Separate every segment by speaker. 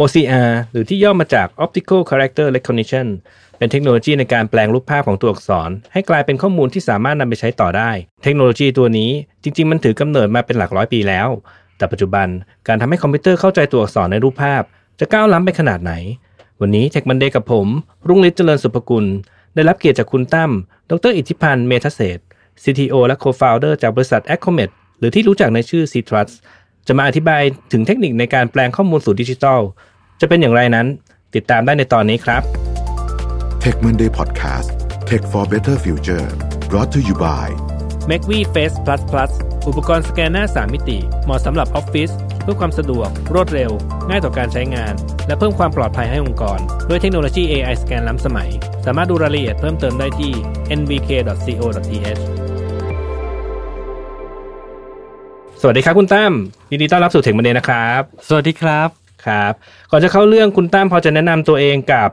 Speaker 1: OCR หรือที่ย่อมาจาก Optical Character Recognition เป็นเทคโนโลยีในการแปลงรูปภาพของตัวอักษร ให้กลายเป็นข้อมูลที่สามารถนำไปใช้ต่อได้ เทคโนโลยีตัวนี้จริง ๆ มันถือกำเนิดมาเป็นหลักร้อยปีแล้ว แต่ปัจจุบันการทำให้คอมพิวเตอร์เข้าใจตัวอักษรในรูปภาพ จะก้าวล้ำไปขนาดไหน วันนี้เทคมันเดย์กับผม รุ่งฤทธิ์เจริญสุภกุล ได้รับเกียรติจากคุณตั้ม ดรอิทธิพันธ์ เมธเศรษฐ์ CTO และ Co-founder จากบริษัท a c c o m e t หรือที่รู้จักในชื่อ c t r u s จะมาอธิบายถึงเทคนิคในการแปลงข้อมูลสู่ดิจิทัล จะเป็นอย่างไรนั้น ติดตามได้ในตอนนี้ครับ
Speaker 2: Tech Monday Podcast Tech for Better Future brought to you by
Speaker 1: m a c v Face Plus Plus อุปกรณ์สแกนหน้า 3 มิติ เหมาะสำหรับออฟฟิศเพื่อความสะดวก รวดเร็ว ง่ายต่อการใช้งาน และเพิ่มความปลอดภัยให้องค์กร ด้วยเทคโนโลยี AI สแกนล้ำสมัย สามารถดูรายละเอียดเพิ่มเติมได้ที่ nvk.co.th สวัสดีครับคุณตั้มยินดีต้อนรับสู่เทคมันเดย์นะครับ
Speaker 3: สวัสดีครับ
Speaker 1: ครับ ก่อนจะเข้าเรื่องคุณตั้มพอจะแนะนำตัวเองกับ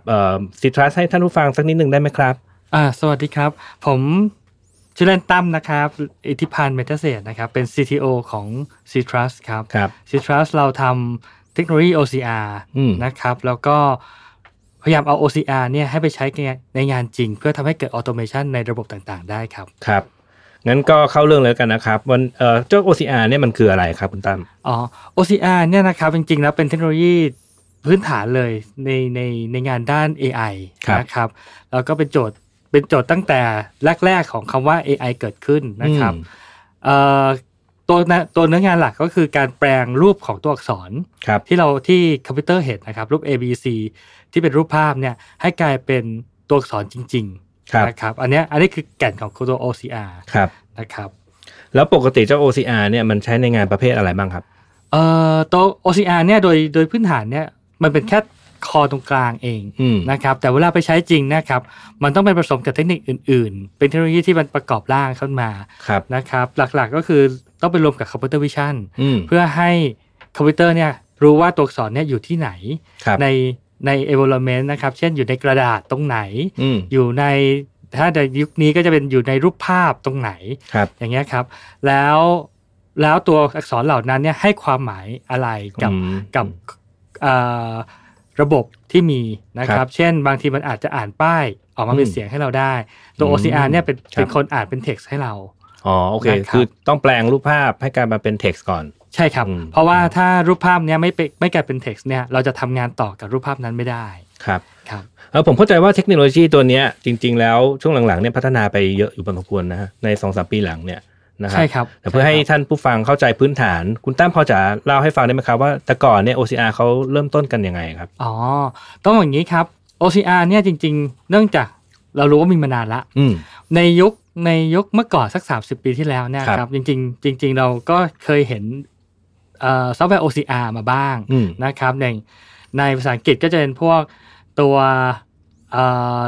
Speaker 1: สิทรัสให้ท่านผู้ฟังสักนิดหนึ่งได้ไหมครับ
Speaker 3: อ่า สวัสดีครับ ผมชื่อเล่นตั้มนะครับ อิทธิพันธ์เมตเศษนะครับ เป็น CTO ของ c t r u s ครับ
Speaker 1: ครับ
Speaker 3: c t r u s เราทำเทคโนโลยี OCR
Speaker 1: อืม
Speaker 3: นะครับ แล้วก็พยายามเอา OCR เนี่ยให้ไปใช้ในงานจริง เพื่อทำให้เกิดออโตเมชันในระบบต่างๆ ได้ครับ
Speaker 1: ครับ งั้นก็เข้าเรื่องเลยกันนะครับ วันเอ่อเจ้า OCR เนี่ยมันคืออะไรครับคุณตั้ม
Speaker 3: อ๋อ OCR เนี่ยนะครับ จริงๆ แล้วเป็นเทคโนโลยีพื้นฐานเลยในในในงานด้าน AI
Speaker 1: ครับ
Speaker 3: นะครับ แล้วก็เป็นโจทย์เป็นโจทย์ตั้งแต่แรก ๆ ของคำว่า AI เกิดขึ้นนะครับ
Speaker 1: อืม
Speaker 3: เอ่อตัวนะตัวเนื้องานหลักก็คือการแปลงรูปของตัวอักษร
Speaker 1: ครับ
Speaker 3: ที่เราที่คอมพิวเตอร์เห็นนะครับ รูป A B C ที่เป็นรูปภาพเนี่ยให้กลายเป็นตัวอักษรจริง
Speaker 1: ครับ
Speaker 3: ๆนะครับอันเนี้ยอันนี้คือแก่นของตัว OCR
Speaker 1: ครับ
Speaker 3: นะครับ
Speaker 1: แล้วปกติเจ้า OCR เนี่ยมันใช้ในงานประเภทอะไรบ้างครับ
Speaker 3: เอ่อตัว OCR เนี่ยโดยโดยพื้นฐานเนี่ยมันเป็นแค่คอตรงกลางเอง
Speaker 1: อืม
Speaker 3: นะครับแต่เวลาไปใช้จริงนะครับมันต้องเป็นผสมกับเทคนิคอื่นๆ เป็นเทคโนโลยีที่มันประกอบร่างขึ้นมา
Speaker 1: ครับ
Speaker 3: นะครับหลักๆก็คือต้องไปรวมกับคอมพิวเตอร์วิชั่น
Speaker 1: อืม
Speaker 3: เพื่อให้คอมพิวเตอร์เนี่ยรู้ว่าตัวอักษรเนี่ยอยู่ที่ไหน
Speaker 1: ครับ
Speaker 3: ในใน environment นะครับเช่นอยู่ในกระดาษตรงไหน
Speaker 1: อืม
Speaker 3: อยู่ในถ้าในยุคนี้ก็จะเป็นอยู่ในรูปภาพตรงไหน
Speaker 1: ครับ
Speaker 3: อย่างเงี้ยครับ แล้วแล้วตัวอักษรเหล่านั้นเนี่ยให้ความหมายอะไรกับ
Speaker 1: อืม
Speaker 3: กับเอ่อระบบที่มีนะ
Speaker 1: ค
Speaker 3: ค
Speaker 1: รั
Speaker 3: รั
Speaker 1: บบ
Speaker 3: เช่นบางทีมันอาจจะอ่านป้ายออกมาเป็
Speaker 1: อืม
Speaker 3: นเสียงให้เราได้ ตัว
Speaker 1: อืม
Speaker 3: OCR เนี่ยเป็น
Speaker 1: ครับ
Speaker 3: เป็นคนอ่านเป็น text ให้เรา
Speaker 1: อ๋อ โอเค
Speaker 3: นะครับ
Speaker 1: คือต้องแปลงรูปภาพให้กลายมาเป็น text ก่อน
Speaker 3: ใช่ครับ
Speaker 1: อืม
Speaker 3: เพราะว่าถ้ารูปภาพเนี้ยไม่เป็นไม่กลายเป็น text เนี่ยเราจะทำงานต่อกับรูปภาพนั้นไม่ได้
Speaker 1: ครับ
Speaker 3: ครับ
Speaker 1: เออผมเข้าใจว่าเทคโนโลยีตัวเนี้ยจริง ๆ แล้วช่วงหลังๆเนี่ยพัฒนาไปเยอะอยู่พอสมควรนะฮะในสองสามปีหลังเนี่ยนะครับ
Speaker 3: ใช่ครับ
Speaker 1: แต่เพื่อให้ท่านผู้ฟังเข้าใจพื้นฐาน คุณตั้มพอจะเล่าให้ฟังได้ไหมครับว่าแต่ก่อนเนี่ย OCR เขาเริ่มต้นกันยังไงครับ
Speaker 3: อ๋อต้องอย่างนี้ครับ OCR เนี่ยจริง ๆ เนื่องจากเรารู้ว่ามีมานานละ
Speaker 1: อืม
Speaker 3: ในยุคในยุคเมื่อก่อนสัก 30 ปีที่แล้วเนี่ย
Speaker 1: ค
Speaker 3: ค
Speaker 1: รั
Speaker 3: รับ บจริงๆ จริง ๆ เราก็เคยเห็นซอฟต์แวร์ OCR มาบ้าง
Speaker 1: อืม
Speaker 3: นะครับในในภาษาอังกฤษก็จะเป็นพวกตัวเอ่อ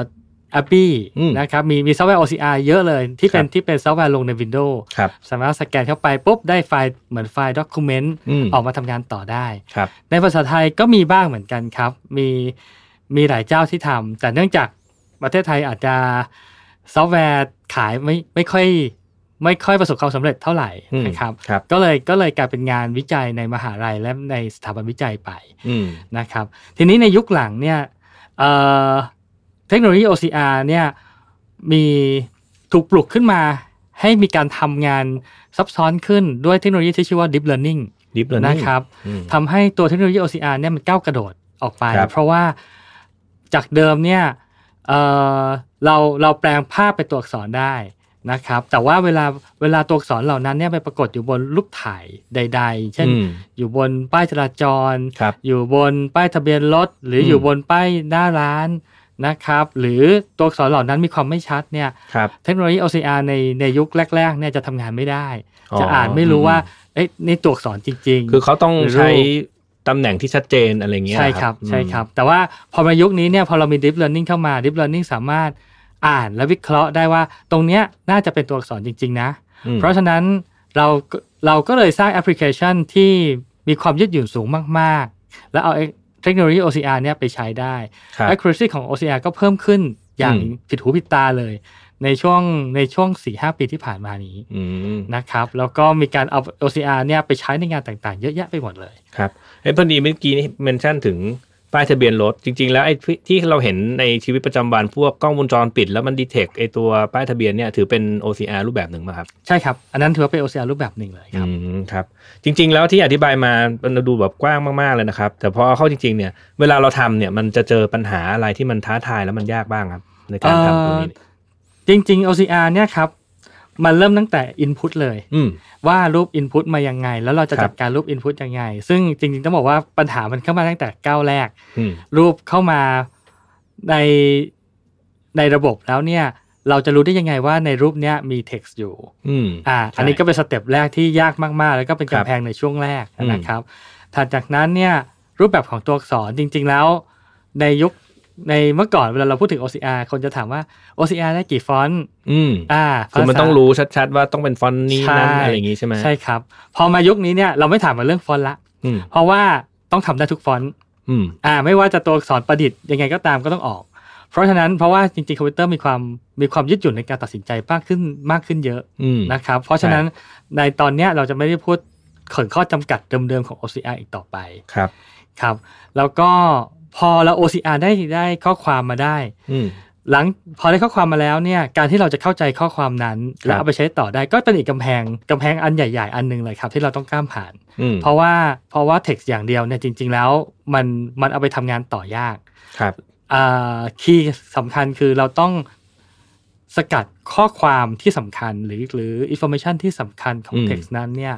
Speaker 3: Adobe
Speaker 1: อืม
Speaker 3: นะครับมีมีซอฟต์แวร์ OCR เยอะเลยที่เป็
Speaker 1: ค
Speaker 3: น
Speaker 1: รับ
Speaker 3: ที่เป็นซอฟต์แวร์ลงใน Windows
Speaker 1: ครับ
Speaker 3: สามารถสแกนเข้าไปปุ๊บได้ไฟล์เหมือนไฟล์ Document
Speaker 1: อืม
Speaker 3: ออกมาทำงานต่อได้
Speaker 1: ครับ
Speaker 3: ในภาษาไทยก็มีบ้างเหมือนกันครับ มีมีหลายเจ้าที่ทำแต่เนื่องจากประเทศไทยอาจจะซอฟต์แวร์ขายไม่ไม่ค่อยไม่ค่อยประสบความสำเร็จเท่าไหร่
Speaker 1: อืม
Speaker 3: นะครับ
Speaker 1: ครับ
Speaker 3: ก็เลยก็เลยกลายเป็นงานวิจัยในมหาลัยและในสถาบันวิจัยไป
Speaker 1: อืม
Speaker 3: นะครับ ทีนี้ในยุคหลังเนี่ยเอ่อเทคโนโลยี OCR เนี่ยมีถูกปลุกขึ้นมา ให้มีการทำงานซับซ้อนขึ้นด้วยเทคโนโลยีที่ชื่อว่า Deep Learning
Speaker 1: deep learning
Speaker 3: นะครับ
Speaker 1: อืม
Speaker 3: ทำให้ตัวเทคโนโลยี OCR เนี่ยมันก้าวกระโดดออกไป
Speaker 1: ครับ
Speaker 3: เพราะว่าจากเดิมเนี่ยเอ่อเราเราแปลงภาพเป็นตัวอักษรได้นะครับ แต่ว่าเวลาเวลาตัวอักษรเหล่านั้นเนี่ยไปปรากฏอยู่บนรูปถ่ายใด ๆ เช่น
Speaker 1: อืม
Speaker 3: อยู่บนป้ายจราจร
Speaker 1: ครับ
Speaker 3: อยู่บนป้ายทะเบียนรถหรืออ
Speaker 1: ม
Speaker 3: อยู่บนป้ายหน้าร้านนะครับ หรือตัวอักษรเหล่านั้นมีความไม่ชัดเนี่ย
Speaker 1: ครับ
Speaker 3: เทคโนโลยี OCR ในในยุคแรกๆเนี่ยจะทำงานไม่ได้
Speaker 1: อ๋อ
Speaker 3: จะอ่านไม่รู้ว่าเอ๊ะนี่ตัวอักษรจริง ๆ
Speaker 1: คือเขาต้องใช้
Speaker 3: หรือรู
Speaker 1: ตำแหน่งที่ชัดเจนอะไรเงี้ย
Speaker 3: ใช่ครับ
Speaker 1: อืม
Speaker 3: ใช่ครับ แต่ว่าพอมายุคนี้เนี่ยพอเรามี deep learning เข้ามา deep learning สามารถอ่านและวิเคราะห์ได้ว่าตรงเนี้ยน่าจะเป็นตัวอักษรจริง ๆ นะ
Speaker 1: อืม
Speaker 3: เพราะฉะนั้นเราก็เราก็เลยสร้างแอปพลิเคชันที่มีความยืดหยุ่นสูงมาก ๆ แล้วเอาเทคโนโลยี OCR เนี่ยไปใช้ได้
Speaker 1: ครับ
Speaker 3: accuracy ของ OCR ก็เพิ่มขึ้นอย่าง
Speaker 1: อืม
Speaker 3: ผิดหูผิดตาเลย ในช่วงในช่วง4ีหปีที่ผ่านมานี้
Speaker 1: อืม
Speaker 3: นะครับแล้วก็มีการเอา OCR เนี่ยไปใช้ในงานต่างๆ เยอะแยะไปหมดเลย
Speaker 1: ครับไอ้ยพอดีเมื่อกี้นี่เมนชั่นถึงป้ายทะเบียนรถจริง ๆ แล้วไอ้ที่ที่เราเห็นในชีวิตประจำวันพวกกล้องวงจรปิด แล้วมันดีเทคไอ้ตัวป้ายทะเบียนเนี่ยถือเป็น OCR รูปแบบหนึ่งมาครับ
Speaker 3: ใช่ครับ อันนั้นถือว่าเป็น OCR รูปแบบหนึ่งเลยครับ
Speaker 1: อืมครับจริง ๆ แล้วที่อธิบายมามันดูแบบกว้างมากๆเลยนะครับ แต่พอเข้าจริง ๆ เนี่ย เวลาเราทำเนี่ยมันจะเจอปัญหาอะไรที่มันท้าทายแล้วมันยากบ้างครับ ในการทำตรงนี้เนี่ย
Speaker 3: จริง ๆ OCR เนี่ยครับมันเริ่มตั้งแต่ Input เลย
Speaker 1: อืม
Speaker 3: ว่ารูป Input มายังไง แล้วเราจะ
Speaker 1: ครับ
Speaker 3: จัดการรูป Input ยังไง ซึ่งจริง ๆ ต้องบอกว่าปัญหามันเข้ามาตั้งแต่ก้าวแรก
Speaker 1: อืม
Speaker 3: รูปเข้ามาในในระบบแล้วเนี่ย เราจะรู้ได้ยังไงว่าในรูปเนี้ยมี text อยู่
Speaker 1: อืม
Speaker 3: อ่า อันนี้ก็เป็นสเต็ปแรกที่ยากมาก ๆ แล้วก็เป็น
Speaker 1: ครับ
Speaker 3: กำแพงในช่วงแรก
Speaker 1: อืม
Speaker 3: นะครับ ถัดจากนั้นเนี่ยรูปแบบของตัวอักษรจริง ๆ แล้ว ในยุคในเมื่อก่อนเวลาเราพูดถึง OCR คนจะถามว่า OCR ได้กี่ฟอนต์
Speaker 1: อืม
Speaker 3: อ่า
Speaker 1: คือมัน
Speaker 3: ภาษา
Speaker 1: ต้องรู้ชัด ๆ ว่าต้องเป็นฟอนต์นี้นั้น
Speaker 3: ใช่
Speaker 1: อะไรอย่างงี้ใช่ไหม
Speaker 3: ใช่ครับ พอมายุคนี้เนี่ยเราไม่ถามมาเรื่องฟอนต์ละ
Speaker 1: อืม
Speaker 3: เพราะว่าต้องทำได้ทุกฟอนต์
Speaker 1: อืม
Speaker 3: อ่าไม่ว่าจะตัวอักษรประดิษฐ์ยังไงก็ตามก็ต้องออก เพราะฉะนั้นเพราะว่าจริงๆคอมพิวเตอร์มีความมีความยืดหยุ่นในการตัดสินใจมากขึ้นมากขึ้นเยอะ
Speaker 1: อืม
Speaker 3: นะครับ เพราะฉะนั้นในตอนเนี้ยเราจะไม่ได้พูดถึงข้อจำกัดเดิมๆของ OCR อีกต่อไป
Speaker 1: ครับ
Speaker 3: ครับ แล้วก็พอเรา OCR ได้ได้ข้อความมาได้
Speaker 1: อืม
Speaker 3: หลังพอได้ข้อความมาแล้วเนี่ยการที่เราจะเข้าใจข้อความนั้น
Speaker 1: ครั
Speaker 3: และ
Speaker 1: บ
Speaker 3: เอาไปใช้ต่อได้ก็เป็นอีกกำแพงกำแพงอันใหญ่ ๆ อันหนึงเลยครับที่เราต้องข้ามผ่าน
Speaker 1: อืม
Speaker 3: เพราะว่าเพราะว่าเท็กซ์อย่างเดียวเนี่ยจริง ๆ แล้วมันมันเอาไปทำงานต่อยาก
Speaker 1: ครับ
Speaker 3: คีย์สำคัญคือเราต้องสกัดข้อความที่สำคัญหรือหรืออินโฟมชันที่สำคัญของ
Speaker 1: อืม
Speaker 3: เท็กซ์นั้นเนี่ย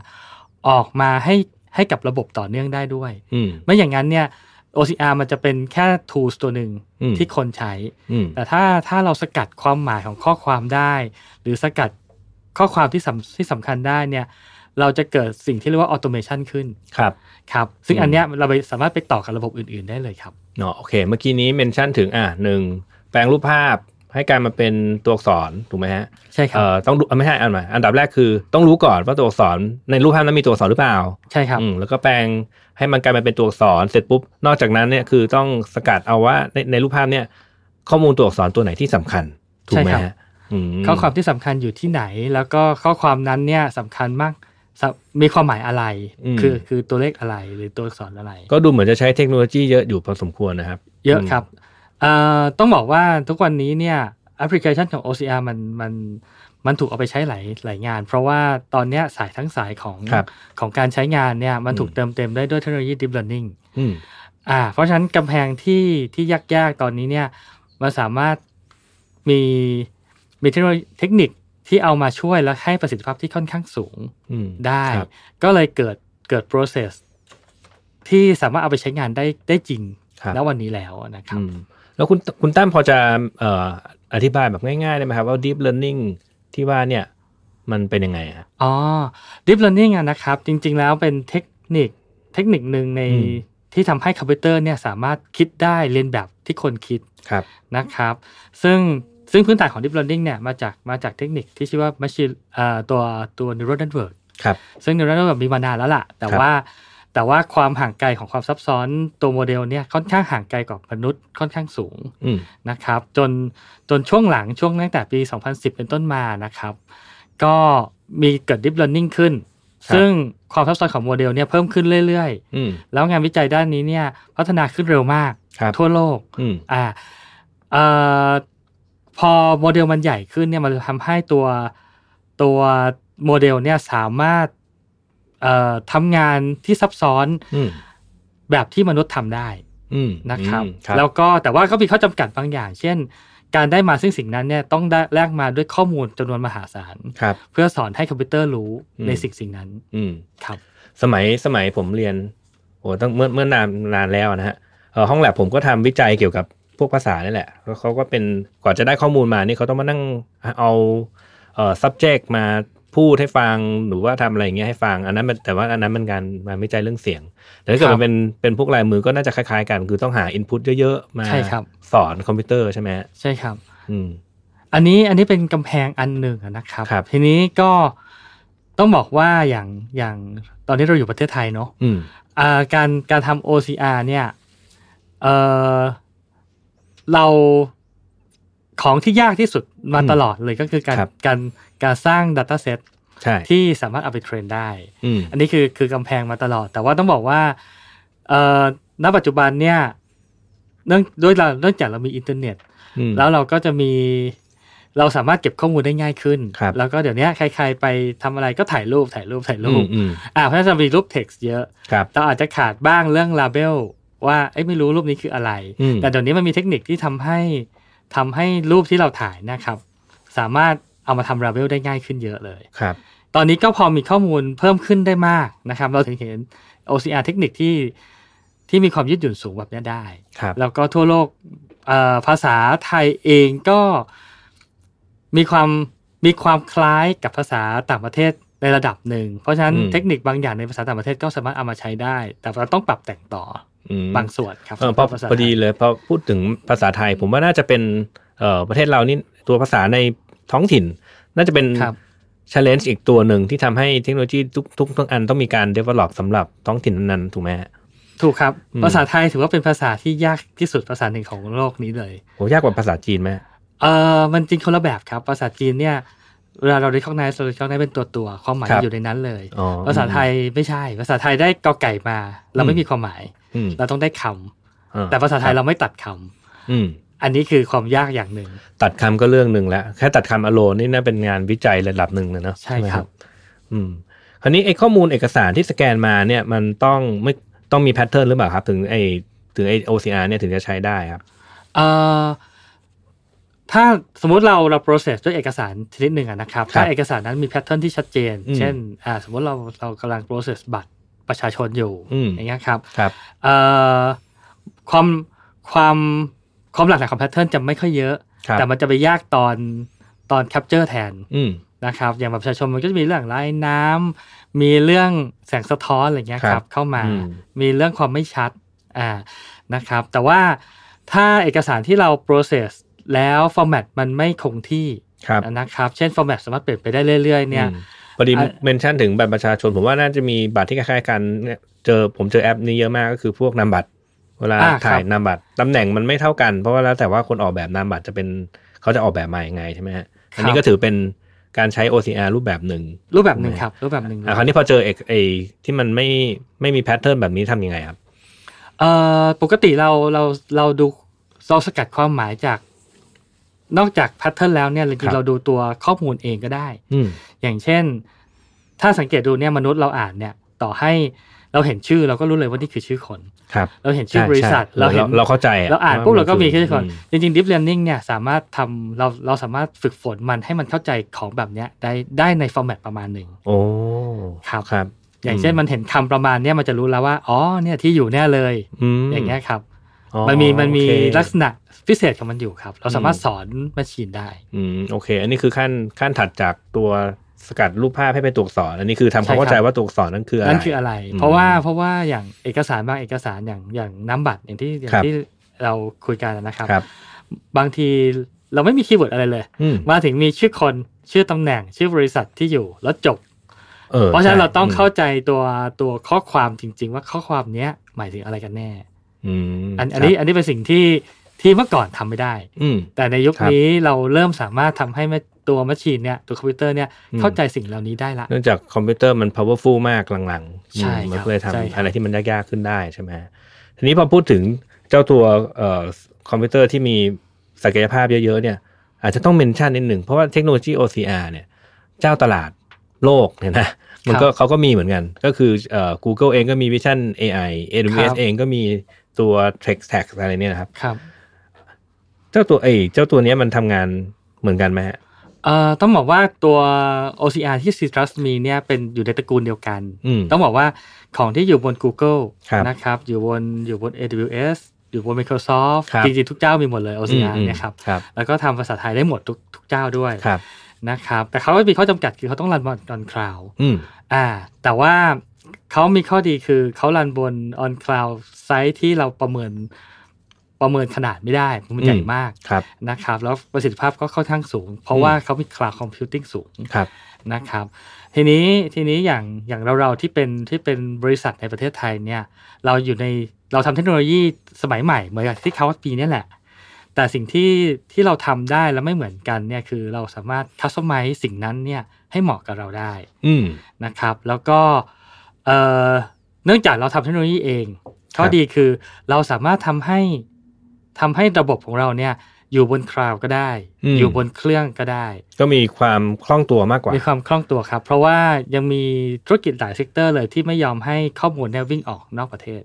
Speaker 3: ออกมาให้ให้กับระบบต่อเนื่องได้ด้วย
Speaker 1: อืม
Speaker 3: ไม่อย่างนั้นเนี่ย OCR มันจะเป็นแค่ tools ตัวหนึ่ง
Speaker 1: อืม
Speaker 3: ที่คนใช้
Speaker 1: อืม
Speaker 3: แต่ถ้าถ้าเราสกัดความหมายของข้อความได้ หรือสกัดข้อความที่สำที่สำคัญได้เนี่ยเราจะเกิดสิ่งที่เรียกว่า automation ขึ้น
Speaker 1: ครับ
Speaker 3: ครับซึ่ง
Speaker 1: อืม
Speaker 3: อันเนี้ยเราไปสามารถไปต่อกับระบบอื่น ๆได้เลยครับ
Speaker 1: เนาะโอเค เมื่อกี้นี้เมนชั่นถึงอ่ะหนึ่งแปลงรูปภาพให้กลายมาเป็นตัวอักษรถูกไหมฮะ
Speaker 3: ใช่ครั
Speaker 1: เอ่
Speaker 3: บ
Speaker 1: อต้องดูเอ่อไม่ใช่อันใหม่อันดับแรกคือต้องรู้ก่อนว่าตัวอักษรในรูปภาพนั้นมีตัวอักษรหรือเปล่า
Speaker 3: ใช่ครับ
Speaker 1: อืมแล้วก็แปลงให้มันกลายมาเป็นตัวอักษรเสร็จปุ๊บนอกจากนั้นเนี่ยคือต้องสกัดเอาว่าในในรูปภาพเนี่ย ข้อมูลตัวอักษรตัวไหนที่สำคัญถูกไหม
Speaker 3: ใช่ครับ
Speaker 1: ฮะอืม
Speaker 3: ข้อความที่สำคัญอยู่ที่ไหน แล้วก็ข้อความนั้นเนี่ยสำคัญมากสำมีความหมายอะไร คือคือตัวเลขอะไรหรือตัวอักษรอะไร
Speaker 1: ก็ดูเหมือนจะใช้เทคโนโลยีเยอะอยู่พอสมควรนะครับ
Speaker 3: เยอะครับเอ่อต้องบอกว่าทุกวันนี้เนี่ยแอปพลิเคชันของ OCR มันมันมันถูกเอาไปใช้หลายหลายงาน เพราะว่าตอนเนี้ยสายทั้งสายของ
Speaker 1: ครับ
Speaker 3: ของการใช้งานเนี่ยมันถู
Speaker 1: อื
Speaker 3: ก
Speaker 1: ม
Speaker 3: เติมเต็มได้ด้วยเทคโนโลยี Deep Learning
Speaker 1: อืม
Speaker 3: อ่าเพราะฉะนั้นกำแพงที่ที่ยากๆ ตอนนี้เนี่ยมันสามารถมีมีเทคโนโลยีเทคนิคที่เอามาช่วยและให้ประสิทธิภาพที่ค่อนข้างสูง
Speaker 1: อืม
Speaker 3: ได้
Speaker 1: ครับ
Speaker 3: ก็เลยเกิดเกิด process ที่สามารถเอาไปใช้งานได้ได้จริง
Speaker 1: ครับ
Speaker 3: ณวันนี้แล้วนะครับ
Speaker 1: อืมแล้วคุณคุณตั้มพอจะเอ่ออธิบายแบบง่ายๆได้ไหมครับว่า deep learning ที่ว่าเนี่ยมันเป็นยังไงอะ
Speaker 3: อ๋อ deep learning อะนะครับ จริงๆ แล้วเป็นเทคนิคเทคนิคหนึ่งใน
Speaker 1: อืม
Speaker 3: ที่ทำให้คอมพิวเตอร์เนี่ยสามารถคิดได้เรียนแบบที่คนคิด
Speaker 1: ครับ
Speaker 3: นะครับซึ่งซึ่งพื้นฐานของ Deep Learning เนี่ยมาจากมาจากเทคนิคที่ชื่อว่า Machine เอ่อตัวตัว Neural Network
Speaker 1: ครับ
Speaker 3: ซึ่ง Neural Network มีมานานแล้วล่ะ แต่
Speaker 1: ครับ
Speaker 3: ว่าแต่ว่าความห่างไกลของความซับซ้อนตัวโมเดลเนี่ยค่อนข้างห่างไกลกว่ามนุษย์ค่อนข้างสูง
Speaker 1: อืม
Speaker 3: นะครับจนจนช่วงหลังช่วงตั้งแต่ปี 2010 เป็นต้นมานะครับ ก็มีเกิด Deep Learning ขึ้น
Speaker 1: ครับ
Speaker 3: ซึ่งความซับซ้อนของโมเดลเนี่ยเพิ่มขึ้นเรื่อย
Speaker 1: อืม
Speaker 3: ๆ แล้วงานวิจัยด้านนี้เนี่ยพัฒนาขึ้นเร็วมาก
Speaker 1: ครับ
Speaker 3: ทั่วโลก
Speaker 1: อืม
Speaker 3: อ่าเอ่อพอโมเดลมันใหญ่ขึ้นเนี่ยมันจะทำให้ตัวตัวโมเดลเนี่ยสามารถเอ่อทำงานที่ซับซ้อน
Speaker 1: อืม
Speaker 3: แบบที่มนุษย์ทำได้
Speaker 1: อืม
Speaker 3: นะครับ
Speaker 1: อืม
Speaker 3: แล้
Speaker 1: แล้ว ว
Speaker 3: ก็แต่ว่าก็มีข้อจำกัดบางอย่าง เช่น การได้มาซึ่งสิ่งนั้นเนี่ยต้องได้แลกมาด้วยข้อมูลจำนวนมหาศาล
Speaker 1: ครับ
Speaker 3: เพื่อสอนให้คอมพิวเตอร์รู้
Speaker 1: อืม
Speaker 3: ในสิ่งสิ่งนั้น
Speaker 1: อืม
Speaker 3: ครับ
Speaker 1: สมัยสมัยผมเรียนโอ้ตั้งเมื่อเมื่อนานนานแล้วนะฮะเอ่อห้องแลบผมก็ทำวิจัยเกี่ยวกับพวกภาษานี่แหละแล้วเขาก็เป็นกว่อนจะได้ข้อมูลมานี่เขาต้องมานั่งเอาเอ่อ subject มาพูดให้ฟังหรือว่าทำอะไรอย่างเงี้ยให้ฟัง อันนั้นมันแต่ว่าอันนั้นมันการมาวิจัยเรื่องเสียง แต่ถ้าเกิด
Speaker 3: ครับ
Speaker 1: มันเป็นเป็นพวกลายมือก็น่าจะคล้ายๆกัน คือต้องหา input เยอะๆ มา
Speaker 3: ใช่ครับ
Speaker 1: สอนคอมพิวเตอร์ใช่ไหมฮะ
Speaker 3: ใช่ครับ
Speaker 1: อืม
Speaker 3: อันนี้อันนี้เป็นกำแพงอันหนึ่งอะนะครับ
Speaker 1: ครับ
Speaker 3: ทีนี้ก็ต้องบอกว่าอย่างอย่างตอนนี้เราอยู่ประเทศไทยเนาะ
Speaker 1: อืม
Speaker 3: อ่าการการทำ OCR เนี่ยเอ่อเรา ของที่ยากที่สุดมา
Speaker 1: อืม
Speaker 3: ตลอดเลยก็คือการ
Speaker 1: ครับ
Speaker 3: การการสร้าง Dataset
Speaker 1: ใช่
Speaker 3: ที่สามารถเอาไปเทรนได้
Speaker 1: อืม
Speaker 3: อันนี้คือคือกำแพงมาตลอด แต่ว่าต้องบอกว่าเอ่อณปัจจุบันเนี่ยเนื่องด้วยเราเนื่องจากเรามีอินเทอร์เน็ต
Speaker 1: อืม
Speaker 3: แล้วเราก็จะมีเราสามารถเก็บข้อมูลได้ง่ายขึ้น
Speaker 1: ครับ
Speaker 3: แล้วก็เดี๋ยวนี้ใครๆไปทำอะไรก็ถ่ายรูปถ่ายรูปถ่ายรู
Speaker 1: อื
Speaker 3: ป
Speaker 1: มอืม
Speaker 3: อ่าเพราะฉะนั้นจะมีรูปเท็กซ์เยอะ
Speaker 1: ครับ
Speaker 3: เราอาจจะขาดบ้างเรื่องลาเบลว่าเอ้ยไม่รู้รูปนี้คืออะไร
Speaker 1: อืม
Speaker 3: แต่เดี๋ยวนี้มันมีเทคนิคที่ทำให้ทำให้รูปที่เราถ่ายนะครับ สามารถเอามาทำลาเบลได้ง่ายขึ้นเยอะเลย
Speaker 1: ครับ
Speaker 3: ตอนนี้ก็พอมีข้อมูลเพิ่มขึ้นได้มากนะครับ เราถึงเห็น OCR เทคนิคที่ที่มีความยืดหยุ่นสูงแบบเนี้ยได้
Speaker 1: ครับ
Speaker 3: แล้วก็ทั่วโลกเอ่อภาษาไทยเองก็มีความมีความคล้ายกับภาษาต่างประเทศในระดับหนึ่ง เพราะฉะนั้น
Speaker 1: อืม
Speaker 3: เทคนิคบางอย่างในภาษาต่างประเทศก็สามารถเอามาใช้ได้ แต่เราต้องปรับแต่งต่อ
Speaker 1: อืม
Speaker 3: บางส่วนครับ
Speaker 1: เออพอ
Speaker 3: สำหรับภาษา
Speaker 1: พอดี
Speaker 3: ไทย
Speaker 1: เลยพอพูดถึงภาษาไทย ผมว่าน่าจะเป็นเอ่อประเทศเรานี่ตัวภาษาในท้องถิ่น น่าจะเป็น
Speaker 3: ครับ
Speaker 1: challenge อีกตัวหนึ่งที่ทำให้เทคโนโลยีทุกทุกทุกอันต้องมีการ develop สำหรับท้องถิ่นนั้นๆถูกไหมฮะ
Speaker 3: ถูกครับ
Speaker 1: อืม
Speaker 3: ภาษาไทยถือว่าเป็นภาษาที่ยากที่สุดภาษาหนึ่งของโลกนี้เลย
Speaker 1: โหยากกว่าภาษาจีนไหม
Speaker 3: เออมันจริงคนละแบบครับ ภาษาจีนเนี่ยเวลาเราเรียกข้างในเราเรียกข้างในเป็นตัวตัวๆความหมาย
Speaker 1: ครับ
Speaker 3: อยู่ในนั้นเลย
Speaker 1: อ๋อ
Speaker 3: ภาษาไทยไม่ใช่ ภาษาไทยได้กอไก่มา เรา
Speaker 1: อื
Speaker 3: ไม่
Speaker 1: ม
Speaker 3: มีความหมาย
Speaker 1: อืม
Speaker 3: เราต้องได้คำ
Speaker 1: อ่
Speaker 3: แต่ภาษาไทยเราไม่ตัดคำ
Speaker 1: อืม
Speaker 3: อันนี้คือความยากอย่างหนึ่ง
Speaker 1: ตัดคำก็เรื่องหนึ่งแล้ว แค่ตัดคำ alone นี่น่าเป็นงานวิจัยระดับหนึ่งเลยเนอะ
Speaker 3: ใช่ครับ
Speaker 1: ไหมอืมคราวนี้ไอ้ข้อมูลเอกสารที่สแกนมาเนี่ยมันต้องไม่ต้องมี pattern หรือเปล่าครับ ถึงไอ้ถึงไอ้ OCR เนี่ยถึงจะใช้ได้ครับ
Speaker 3: เอ่อถ้าสมมติเราเรา process ด้วยเอกสารชนิดหนึ่งอะนะครับ
Speaker 1: ครั
Speaker 3: ถ้า
Speaker 1: บ
Speaker 3: เอกสารนั้นมี pattern ที่ชัดเจน
Speaker 1: อืม
Speaker 3: เช่นอ่าสมมติเราเรากำลัง process บัตรประชาชนอยู่
Speaker 1: อืม
Speaker 3: อย่างเงี้ยครับ
Speaker 1: ครับ
Speaker 3: เอ่อความความความหลากหลายของ pattern จะไม่ค่อยเยอะ
Speaker 1: ครับ
Speaker 3: แต่มันจะไปยากตอนตอน capture แทน
Speaker 1: อืม
Speaker 3: นะครับอย่างแบบประชาชนมันก็จะมีเรื่องลายน้ำมีเรื่องแสงสะท้อนอะไรเงี้ยค
Speaker 1: ครั
Speaker 3: รั
Speaker 1: บบ
Speaker 3: เข้ามา
Speaker 1: อืม
Speaker 3: มีเรื่องความไม่ชัดอ่านะครับ แต่ว่าถ้าเอกสารที่เรา process แล้ว format มันไม่คงที่
Speaker 1: ครับ
Speaker 3: นะครับ เช่น format สามารถเปลี่ยนไปได้เรื่อย ๆ เนี่ย
Speaker 1: อืมพอดี
Speaker 3: อ่ะ
Speaker 1: เมนชั่นถึงบัตรประชาชน ผมว่าน่าจะมีบัตรที่คล้ายๆกันเนี่ยเจอผมเจอแอปนี้เยอะมากก็คือพวกนามบัตร เวลาถ่ายนามบัตรตำแหน่งมันไม่เท่ากัน เพราะว่าแล้วแต่ว่าคนออกแบบนามบัตรจะเป็นเขาจะออกแบบมาอย่างไงใช่ไหมฮะอันนี้ก็ถือเป็นการใช้ OCR รูปแบบหนึ่ง
Speaker 3: รูปแบบหนึ่งครับ รูปแบบหนึ่ง
Speaker 1: อ่ะคราวนี้พอเจอเอกไอที่มันไม่ไม่มีแพทเทิร์นแบบนี้ทำยังไงครับ
Speaker 3: เอ่อปกติเราเราเราดูเราสกัดความหมายจากนอกจาก pattern แล้วเนี่ยจ
Speaker 1: ครั
Speaker 3: ริ
Speaker 1: บ
Speaker 3: งๆเราดูตัวข้อมูลเองก็ได้
Speaker 1: อืม
Speaker 3: อย่างเช่น ถ้าสังเกตดูเนี่ยมนุษย์เราอ่านเนี่ย ต่อให้เราเห็นชื่อเราก็รู้เลยว่านี่คือชื่อคน
Speaker 1: ครับ
Speaker 3: เราเห็นชื่อบริษัท
Speaker 1: ใช่เรา
Speaker 3: เห็น
Speaker 1: เราเข้าใจะ
Speaker 3: เราอ่าน
Speaker 1: ว่
Speaker 3: ปุ๊บเราก็มีชื่อคน
Speaker 1: ม
Speaker 3: จริงๆ deep learning เนี่ยสามารถทำเราเราสามารถฝึกฝนมันให้มันเข้าใจของแบบเนี้ยได้ได้ในฟอร์แมตประมาณหนึ่ง
Speaker 1: โอ้
Speaker 3: ครับ
Speaker 1: ครับ
Speaker 3: อย่างเช่น
Speaker 1: อืม
Speaker 3: มันเห็นคำประมาณเนี่ยมันจะรู้แล้วว่าอ๋อเนี่ยที่อยู่แน่เลย
Speaker 1: ม
Speaker 3: อย่างเงี้ยครับ
Speaker 1: อ๋อ
Speaker 3: มันมีมันมี
Speaker 1: โอเค
Speaker 3: ลักษณะพิเศษของมันอยู่ครับ เราสามารถสอนมาชีนได้
Speaker 1: อืมโอเค อันนี้คือขั้นขั้นถัดจากตัวสกัดรูปภาพให้เป็นตัวอักษร อันนี้คือทำความเข้า
Speaker 3: ใช่
Speaker 1: ใจ
Speaker 3: ครับ
Speaker 1: ว่าตัวอักษรนั้นคืออะไร
Speaker 3: นั่นคืออะไร
Speaker 1: อืม
Speaker 3: เพราะว่าเพราะว่าอย่างเอกสารบางเอกสารอย่างอย่างน้ำบัตรอย่างที่อย่า
Speaker 1: ครับ
Speaker 3: งที่เราคุยกันนะครับ
Speaker 1: ครับ
Speaker 3: บางทีเราไม่มีคีย์เวิร์ดอะไรเลย
Speaker 1: อืม
Speaker 3: มาถึงมีชื่อคนชื่อตำแหน่ง ชื่อบริษัทที่อยู่แล้วจบ
Speaker 1: ออ
Speaker 3: เพราะฉะนั้นเราต้อง
Speaker 1: ใช่
Speaker 3: เข้าใจตัวตัวข้อความจริง ๆ ว่าข้อความเนี้ยหมายถึงอะไรกันแน่
Speaker 1: อืม
Speaker 3: อันอัน
Speaker 1: ค
Speaker 3: นี้
Speaker 1: รับ
Speaker 3: อันนี้เป็นสิ่งที่ที่เมื่อก่อนทำไม่ได้
Speaker 1: อืม
Speaker 3: แต่ในยุค
Speaker 1: ครับ
Speaker 3: นี้เราเริ่มสามารถทำให้แม่ตัวมัชชีนเนี่ยตัวคอมพิวเตอร์เนี่ย
Speaker 1: อืม
Speaker 3: เข้าใจสิ่งเหล่านี้ได้ละ
Speaker 1: เนื่องจากคอมพิวเตอร์มัน powerful มากหลังๆ
Speaker 3: ใช่
Speaker 1: อืมมัน
Speaker 3: ครับ
Speaker 1: ก็เลย
Speaker 3: ใช่
Speaker 1: ทำ
Speaker 3: ครับ
Speaker 1: อะไรที่มันยากๆขึ้นได้ใช่ไหมฮะทีนี้พอพูดถึงเจ้าตัวเอ่อคอมพิวเตอร์ที่มีศักยภาพเยอะๆเนี่ย อาจจะต้องเมนชั่นนิดหนึ่ง เพราะว่าเทคโนโลยี OCR เนี่ย เจ้าตลาดโลกเนี่ยนะมันก็เขาก็มีเหมือนกัน ก็คือเอ่อ Google เองก็มี Vision AI
Speaker 3: ค
Speaker 1: AWS
Speaker 3: รับ
Speaker 1: เองก็มีตัว t r e x t a x อะไรเนี่ยนะครับ
Speaker 3: ครับ
Speaker 1: เจ้าตัวเอยเจ้าตัวเนี้ยมันทำงานเหมือนกันไหมฮะ
Speaker 3: เอ่อต้องบอกว่าตัว OCR ที่ Citrus มีเนี่ยเป็นอยู่ในตระกูลเดียวกัน
Speaker 1: อืม
Speaker 3: ต้องบอกว่าของที่อยู่บน Google
Speaker 1: ครับ
Speaker 3: นะครับ อยู่บนอยู่บน AWS อยู่บน Microsoft
Speaker 1: ครับ
Speaker 3: จริงๆทุกเจ้ามีหมดเลย OCR
Speaker 1: อืม
Speaker 3: เนี่ยครับ
Speaker 1: ครับ
Speaker 3: แล้วก็ทำภาษาไทยได้หมดทุกทุกเจ้าด้วย
Speaker 1: ครับ
Speaker 3: นะครับ แต่เขาก็มีข้อจำกัดคือเขาต้องรันบน on cloud
Speaker 1: อืม
Speaker 3: อ่า แต่ว่าเขามีข้อดีคือเขารันบน on cloud ไซต์ที่เราประเมินประเมินขนาดไม่ได้เพราะมันใหญ่
Speaker 1: อืม
Speaker 3: มาก
Speaker 1: ครับ
Speaker 3: นะครับแล้วประสิทธิภาพก็ค่อนข้างสูง เพราะว่าเขามีคลาวด์คอมพิวติ้งสูง
Speaker 1: ครับ
Speaker 3: นะครับทีนี้ทีนี้อย่างอย่างเราเราๆที่เป็นที่เป็นบริษัทในประเทศไทยเนี่ยเราอยู่ในเราทำเทคโนโลยีสมัยใหม่เหมือนกับที่เขาปีนี่แหละ แต่สิ่งที่ที่เราทำได้และไม่เหมือนกันเนี่ยคือเราสามารถคัสตอมไมซ์สิ่งนั้นเนี่ยให้เหมาะกับเราได้
Speaker 1: อืม
Speaker 3: นะครับแล้วก็เอ่อเนื่องจากเราทำเทคโนโลยีเองข้อดีคือเราสามารถทำให้ทำให้ระบบของเราเนี่ยอยู่บนคลาวด์ก็ได้
Speaker 1: อืม
Speaker 3: อยู่บนเครื่องก็ได้
Speaker 1: ก็มีความคล่องตัวมากกว่า
Speaker 3: มีความคล่องตัวครับ เพราะว่ายังมีธุรกิจหลายเซกเตอร์เลยที่ไม่ยอมให้ข้อมูลเนี่ยวิ่งออกนอกประเทศ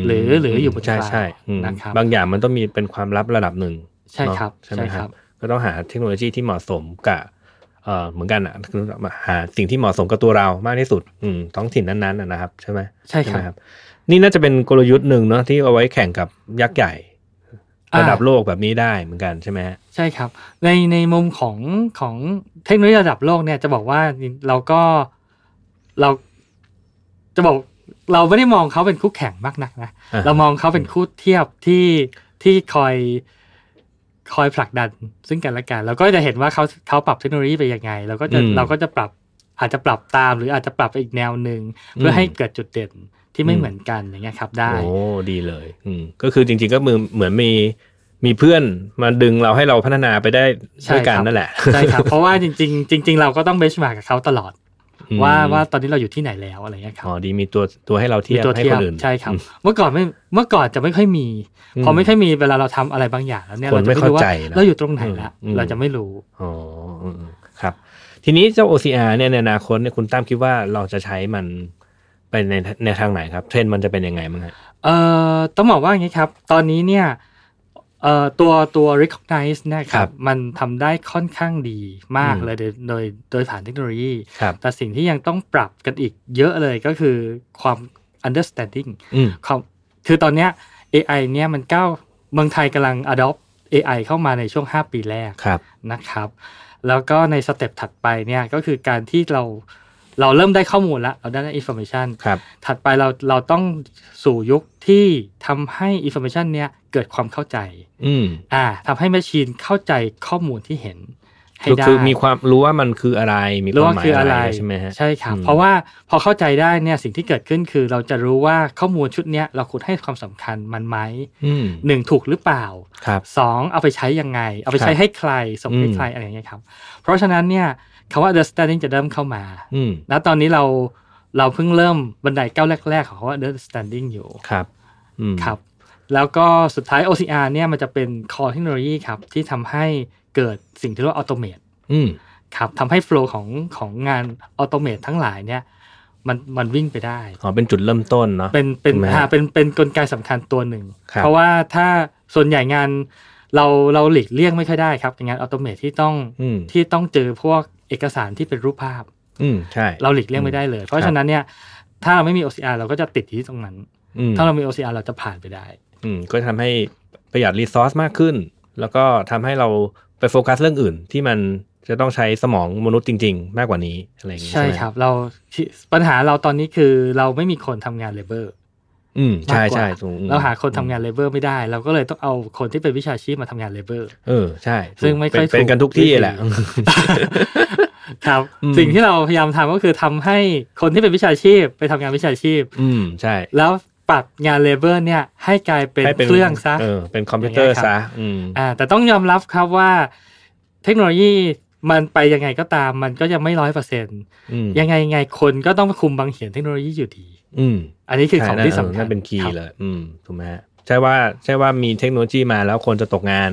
Speaker 1: ม
Speaker 3: หรือหรืออยู่บน
Speaker 1: ใช่
Speaker 3: คลาวด์
Speaker 1: ใช่อืม
Speaker 3: นะครับ
Speaker 1: บางอย่างมันต้องมีเป็นความลับระดับหนึ่ง
Speaker 3: ใช่
Speaker 1: เนาะ
Speaker 3: ครับ
Speaker 1: ใช่ไหมครับ ก็ต้องหาเทคโนโลยีที่เหมาะสมกับเอ่อเหมือนกันอ่ะคือหาสิ่งที่เหมาะสมกับตัวเรามากที่สุดอืมท้องถิ่นนั้นๆน่ะนะครับ ใช่ไหม
Speaker 3: ใช่ค
Speaker 1: ไหม
Speaker 3: รับ
Speaker 1: นี่น่าจะเป็นกลยุทธ์หนึ่งเนาะที่เอาไว้แข่งกับยักษ์ใหญ่
Speaker 3: อ่า
Speaker 1: ระดับโลกแบบนี้ได้เหมือนกันใช่ไหมฮะ
Speaker 3: ใช่ครับ ในในมุมของของเทคโนโลยีระดับโลกเนี่ยจะบอกว่าเราก็เราจะบอกเราไม่ได้มองเขาเป็นคู่แข่งมากนักนะ
Speaker 1: อ่าฮะ
Speaker 3: เรามองเขาเป็นคู่เทียบที่ที่คอยคอยผลักดันซึ่งกันและกันเราก็จะเห็นว่าเขาเขาปรับเทคโนโลยีไปยังไงเราก็จะ
Speaker 1: อืม
Speaker 3: เราก็จะปรับอาจจะปรับตาม หรืออาจจะปรับไปอีกแนวหนึ่งเพื่ออ
Speaker 1: ม
Speaker 3: ให้เกิดจุดเด่นที่ไม่เหมือนกันอย่างเงี้ยครับ ได้
Speaker 1: โอ้ดีเลย อืมก็คือจริง ๆ ก็มือเหมือนมีมีเพื่อนมาดึงเราให้เราพัฒนาไปได้ด้วยกัน
Speaker 3: ใช่ครับ
Speaker 1: นั่นแหละ
Speaker 3: ใช่ครับเพราะว่าจริง ๆ จริง ๆ เราก็ต้องเบสมากับเขาตลอด
Speaker 1: อืม
Speaker 3: ว่าว่าตอนนี้เราอยู่ที่ไหนแล้วอะไรเงี้ยครั
Speaker 1: อ๋อบ ดีมีตัวตัวให้เราเทียบ
Speaker 3: มีตัว
Speaker 1: ให้
Speaker 3: เที
Speaker 1: ค
Speaker 3: ยบ
Speaker 1: นอื่น
Speaker 3: ใช่ครับ เมื่อก่อนไม่เมื่อก่อนจะไม่ค่อยมี
Speaker 1: อืม
Speaker 3: พอไม่ค่อยมีเวลาเราทำอะไรบางอย่างแล้วเนี่ย
Speaker 1: คน
Speaker 3: เราจะไม่
Speaker 1: ไม่เข้า
Speaker 3: รู้ว่า
Speaker 1: ใจนะ
Speaker 3: เราอยู่ตรงไหนละ
Speaker 1: อืม
Speaker 3: เราจะไม่รู้
Speaker 1: อ๋ออืมๆครับ ทีนี้เจ้า OCR เนี่ยในอนาคตเนี่ยคุณตั้มคิดว่าเราจะใช้มันไปในในทางไหนครับ เทรนด์มันจะเป็นยังไงบ้างฮะ
Speaker 3: เอ่อต้องบอกว่าอย่างนี้ครับ ตอนนี้เนี่ยเอ่อตัวตัว recognize เนะค
Speaker 1: ครั
Speaker 3: รับบ มันทำได้ค่อนข้างดีมาก
Speaker 1: อืม
Speaker 3: เลยโดยโดยโดยผ่านเทคโนโลยี
Speaker 1: ครับ
Speaker 3: แต่สิ่งที่ยังต้องปรับกันอีกเยอะเลยก็คือความ understanding
Speaker 1: อืม
Speaker 3: ความคือตอนเนี้ย AI เนี่ยมันก้าวเมืองไทยกำลัง adopt AI เข้ามาในช่วง 5 ปีแรก
Speaker 1: ครับ
Speaker 3: นะครับ แล้วก็ในสเต็ปถัดไปเนี่ยก็คือการที่เราเราเริ่มได้ข้อมูลแล้วเราได้ information
Speaker 1: ครับ
Speaker 3: ถัดไปเราเราต้องสู่ยุคที่ทำให้ information เนี่ยเกิดความเข้าใจ
Speaker 1: อืม
Speaker 3: อ่าทำให้แมชชีนเข้าใจข้อมูลที่เห็นให้
Speaker 1: ก็
Speaker 3: ได้
Speaker 1: คือมีความรู้ว่ามันคืออะไร มีค
Speaker 3: รู้
Speaker 1: วาม
Speaker 3: ว่า
Speaker 1: หมาย
Speaker 3: คือ
Speaker 1: อะ
Speaker 3: อะไร ไร
Speaker 1: ใช่ไหมฮะ
Speaker 3: ใช่ครับ
Speaker 1: อืม
Speaker 3: เพราะว่าพอเข้าใจได้เนี่ยสิ่งที่เกิดขึ้นคือเราจะรู้ว่าข้อมูลชุดเนี้ยเราควรให้ความสำคัญมันไหม
Speaker 1: อืม
Speaker 3: หนึ่งถูกหรือเปล่า
Speaker 1: ครับ
Speaker 3: สองเอาไปใช้ยังไง เอาไป
Speaker 1: ครับ
Speaker 3: ใช้ให้ใครส่งให้
Speaker 1: อืม
Speaker 3: ใครอะไรอย่างเงี้ยครับ เพราะฉะนั้นเนี่ยคำว่า understanding จะเริ่มเข้ามา
Speaker 1: อืม
Speaker 3: ณตอนนี้เราเราเพิ่งเริ่มบันไดก้าวแรก ๆ ของคำว่า understanding อยู่
Speaker 1: ครับ อืม
Speaker 3: ครับแล้วก็สุดท้าย OCR เนี่ยมันจะเป็น core technology ครับที่ทำให้เกิดสิ่งที่เรียกว่า automate
Speaker 1: อืม
Speaker 3: ครับทำให้โฟล์ของของงานออโตเมตทั้งหลายเนี่ยมันมันวิ่งไปได้
Speaker 1: อ๋อเป็นจุดเริ่มต้นเนาะ
Speaker 3: เป็นเป็น
Speaker 1: ถูกไหมฮะ
Speaker 3: อ่าเป็นเป็นกลไกสำคัญตัวหนึ่ง
Speaker 1: ครับ
Speaker 3: เพราะว่าถ้าส่วนใหญ่งานเราเราหลีกเลี่ยงไม่ค่อยได้ครับกับงานออโตเมตที่ต้อง
Speaker 1: อืม
Speaker 3: ที่ต้องเจอพวกเอกสารที่เป็นรูปภาพ
Speaker 1: อืมใช่
Speaker 3: เราหลีกเลี่ยงไม่ได้เลย เพราะฉะนั้นเนี่ยถ้าเราไม่มี OCR เราก็จะติดอยู่ที่ตรงนั้น
Speaker 1: อืม
Speaker 3: ถ้าเรามี OCR เราจะผ่านไปได้
Speaker 1: อืมก็ทำให้ประหยัดรีซอสมากขึ้น แล้วก็ทำให้เราไปโฟกัสเรื่องอื่น ที่มันจะต้องใช้สมองมนุษย์จริง ๆ มากกว่านี้อะไรอย่างงี้
Speaker 3: ใช่
Speaker 1: ไหม
Speaker 3: ครับเราที่ปัญหาเราตอนนี้คือเราไม่มีคนทำงานเลเบอร์
Speaker 1: อืมใช่
Speaker 3: มากกว่า
Speaker 1: ใช่ถูกอืม
Speaker 3: เราหาคนทำงานเลเบอร์ไม่ได้ เราก็เลยต้องเอาคนที่เป็นวิชาชีพมาทำงานเลเบอร์
Speaker 1: เออใช่ถูก
Speaker 3: ซึ่งไม่ค่อย
Speaker 1: เป็นเป็น
Speaker 3: ถูก
Speaker 1: กันทุกที่แหละ
Speaker 3: วิธี ครับ
Speaker 1: อืม
Speaker 3: สิ่งที่เราพยายามทำก็คือทำให้คนที่เป็นวิชาชีพไปทำงานวิชาชีพ
Speaker 1: อืมใช่
Speaker 3: แล้วปรับงานเลเบอร์เนี่ยให้กลายเป็น
Speaker 1: ให้
Speaker 3: เครื่องซะ
Speaker 1: เออเป็นคอมพิวเตอร์
Speaker 3: อย่างเงี้ยครั
Speaker 1: ซะ
Speaker 3: บ
Speaker 1: อืม
Speaker 3: อ่าแต่ต้องยอมรับครับว่า เทคโนโลยีมันไปยังไงก็ตาม มันก็ยังไม่ร้อยเปอร์เซ็น
Speaker 1: อืม
Speaker 3: ยังไงยังไงคนก็ต้องคุมบังเหียนเทคโนโลยีอยู่ดี
Speaker 1: อืม
Speaker 3: อันนี้คือของ
Speaker 1: ใช่
Speaker 3: ที่
Speaker 1: นั่น
Speaker 3: สำคัญ
Speaker 1: นั่นเป็นคี
Speaker 3: รั
Speaker 1: ย์
Speaker 3: บ
Speaker 1: เลย อืมถูกไหมฮะใช่ว่าใช่ว่ามีเทคโนโลยีมาแล้วคนจะตกงาน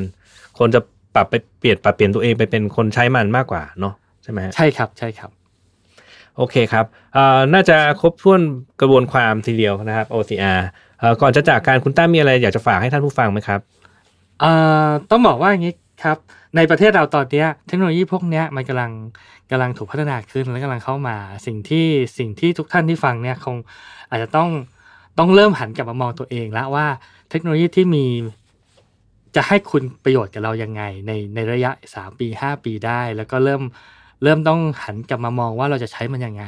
Speaker 1: คนจะปรับไปเปลี่ยนปรับเปลี่ยนตัวเองไปเป็นคนใช้มันมากกว่าเนาะใช่ไหมฮะ
Speaker 3: ใช่ครับใช่ครับ
Speaker 1: โอเคครับเอ่อน่าจะครบถ้วนกระบวนความทีเดียวนะครับ OCR เอ่อก่อนจะจากการคุณตั้มมีอะไรอยากจะฝากให้ท่านผู้ฟังไหมครับ
Speaker 3: เอ่อต้องบอกว่าอย่างนี้ครับ ในประเทศเราตอนเนี้ยเทคโนโลยีพวกเนี้ยมันกำลังกำลังถูกพัฒนาขึ้นและกำลังเข้ามาสิ่งที่สิ่งที่ทุกท่านที่ฟังเนี่ยคงอาจจะต้องต้องเริ่มหันกลับมามองตัวเองแล้วว่าเทคโนโลยีที่มีจะให้คุณประโยชน์กับเรายังไง ในในระยะ 3 ปี 5 ปีได้ แล้วก็เริ่มเริ่มต้องหันกลับมามองว่าเราจะใช้มันยังไง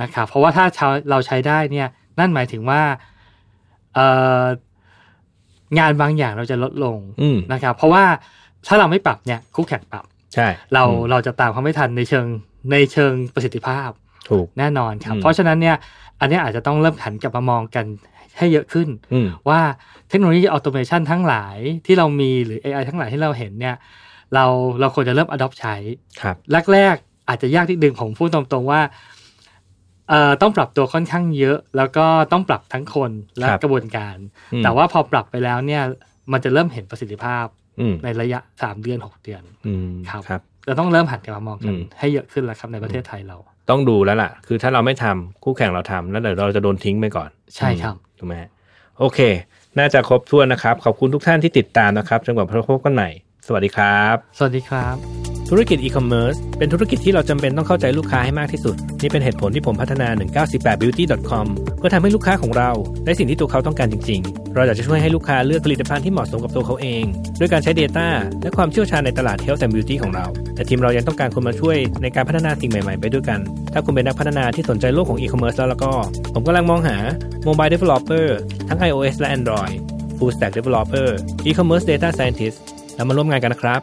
Speaker 3: นะครับเพราะว่าถ้าเราเราใช้ได้เนี่ยนั่นหมายถึงว่าเอ่องานบางอย่างเราจะลดลง
Speaker 1: อืม
Speaker 3: นะครับเพราะว่าถ้าเราไม่ปรับเนี่ยคู่แข่งปรับ
Speaker 1: ใช่
Speaker 3: เรา
Speaker 1: อืม
Speaker 3: เราจะตามเขาไม่ทันในเชิงในเชิงประสิทธิภาพ
Speaker 1: ถูก
Speaker 3: แน่นอนครับ
Speaker 1: อืม
Speaker 3: เพราะฉะนั้นเนี่ยอันเนี้ยอาจจะต้องเริ่มหันกลับมามองกันให้เยอะขึ้น
Speaker 1: อืม
Speaker 3: ว่าเทคโนโลยีออโตเมชันทั้งหลายที่เรามีหรือ AI ทั้งหลายที่เราเห็นเนี่ยเราเราควรจะเริ่ม adopt ใช้
Speaker 1: ครับ
Speaker 3: แรกๆ อาจจะยากนิดนึงผมพูดตรงๆว่าเอ่อต้องปรับตัวค่อนข้างเยอะ แล้วก็ต้องปรับทั้งคนและ
Speaker 1: ครับ
Speaker 3: กระบวนการ
Speaker 1: อืม
Speaker 3: แต่ว่าพอปรับไปแล้วเนี่ยมันจะเริ่มเห็นประสิทธิภาพ
Speaker 1: อืม
Speaker 3: ในระยะ 3 เดือน 6 เดือน
Speaker 1: อืม
Speaker 3: ครับ
Speaker 1: ครับ
Speaker 3: เราต้องเริ่มหันกลับมามองกั
Speaker 1: อื
Speaker 3: น
Speaker 1: ม
Speaker 3: ให้เยอะขึ้นแล้วครับในประเทศไทยเรา
Speaker 1: ต้องดูแล้วล่ะ คือถ้าเราไม่ทำคู่แข่งเราทำแล้วเดี๋ยวเราจะโดนทิ้งไปก่อน
Speaker 3: ใช่ครับ
Speaker 1: อืมถูกไหมฮะโอเค น่าจะครบถ้วนนะครับ ขอบคุณทุกท่านที่ติดตามนะครับจนกว่าเราพบกันใหม่ สวัสดีครับ
Speaker 3: สวัสดีครับ
Speaker 1: ธุรกิจอีคอมเมิร์ซเป็นธุรกิจที่เราจำเป็นต้องเข้าใจลูกค้าให้มากที่สุด นี่เป็นเหตุผลที่ผมพัฒนา 198 beauty com เพื่อทำให้ลูกค้าของเราได้สิ่งที่ตัวเขาต้องการจริง ๆ เราอยากจะช่วยให้ลูกค้าเลือกผลิตภัณฑ์ที่เหมาะสมกับตัวเขาเอง ด้วยการใช้ Data และความเชี่ยวชาญในตลาดเทลแต่ beauty ของเรา แต่ทีมเรายังต้องการคนมาช่วยในการพัฒนาสิ่งใหม่ๆ ไปด้วยกัน ถ้าคุณเป็นนักพัฒนาที่สนใจโลกของอีคอมเมิร์ซแล้วแล้วก็ ผมกำลังมองหา mobile developer ทั้ง iOS และ Android full stack developer e-commerce data scientist แล้วมาร่วมงานกันนะครับ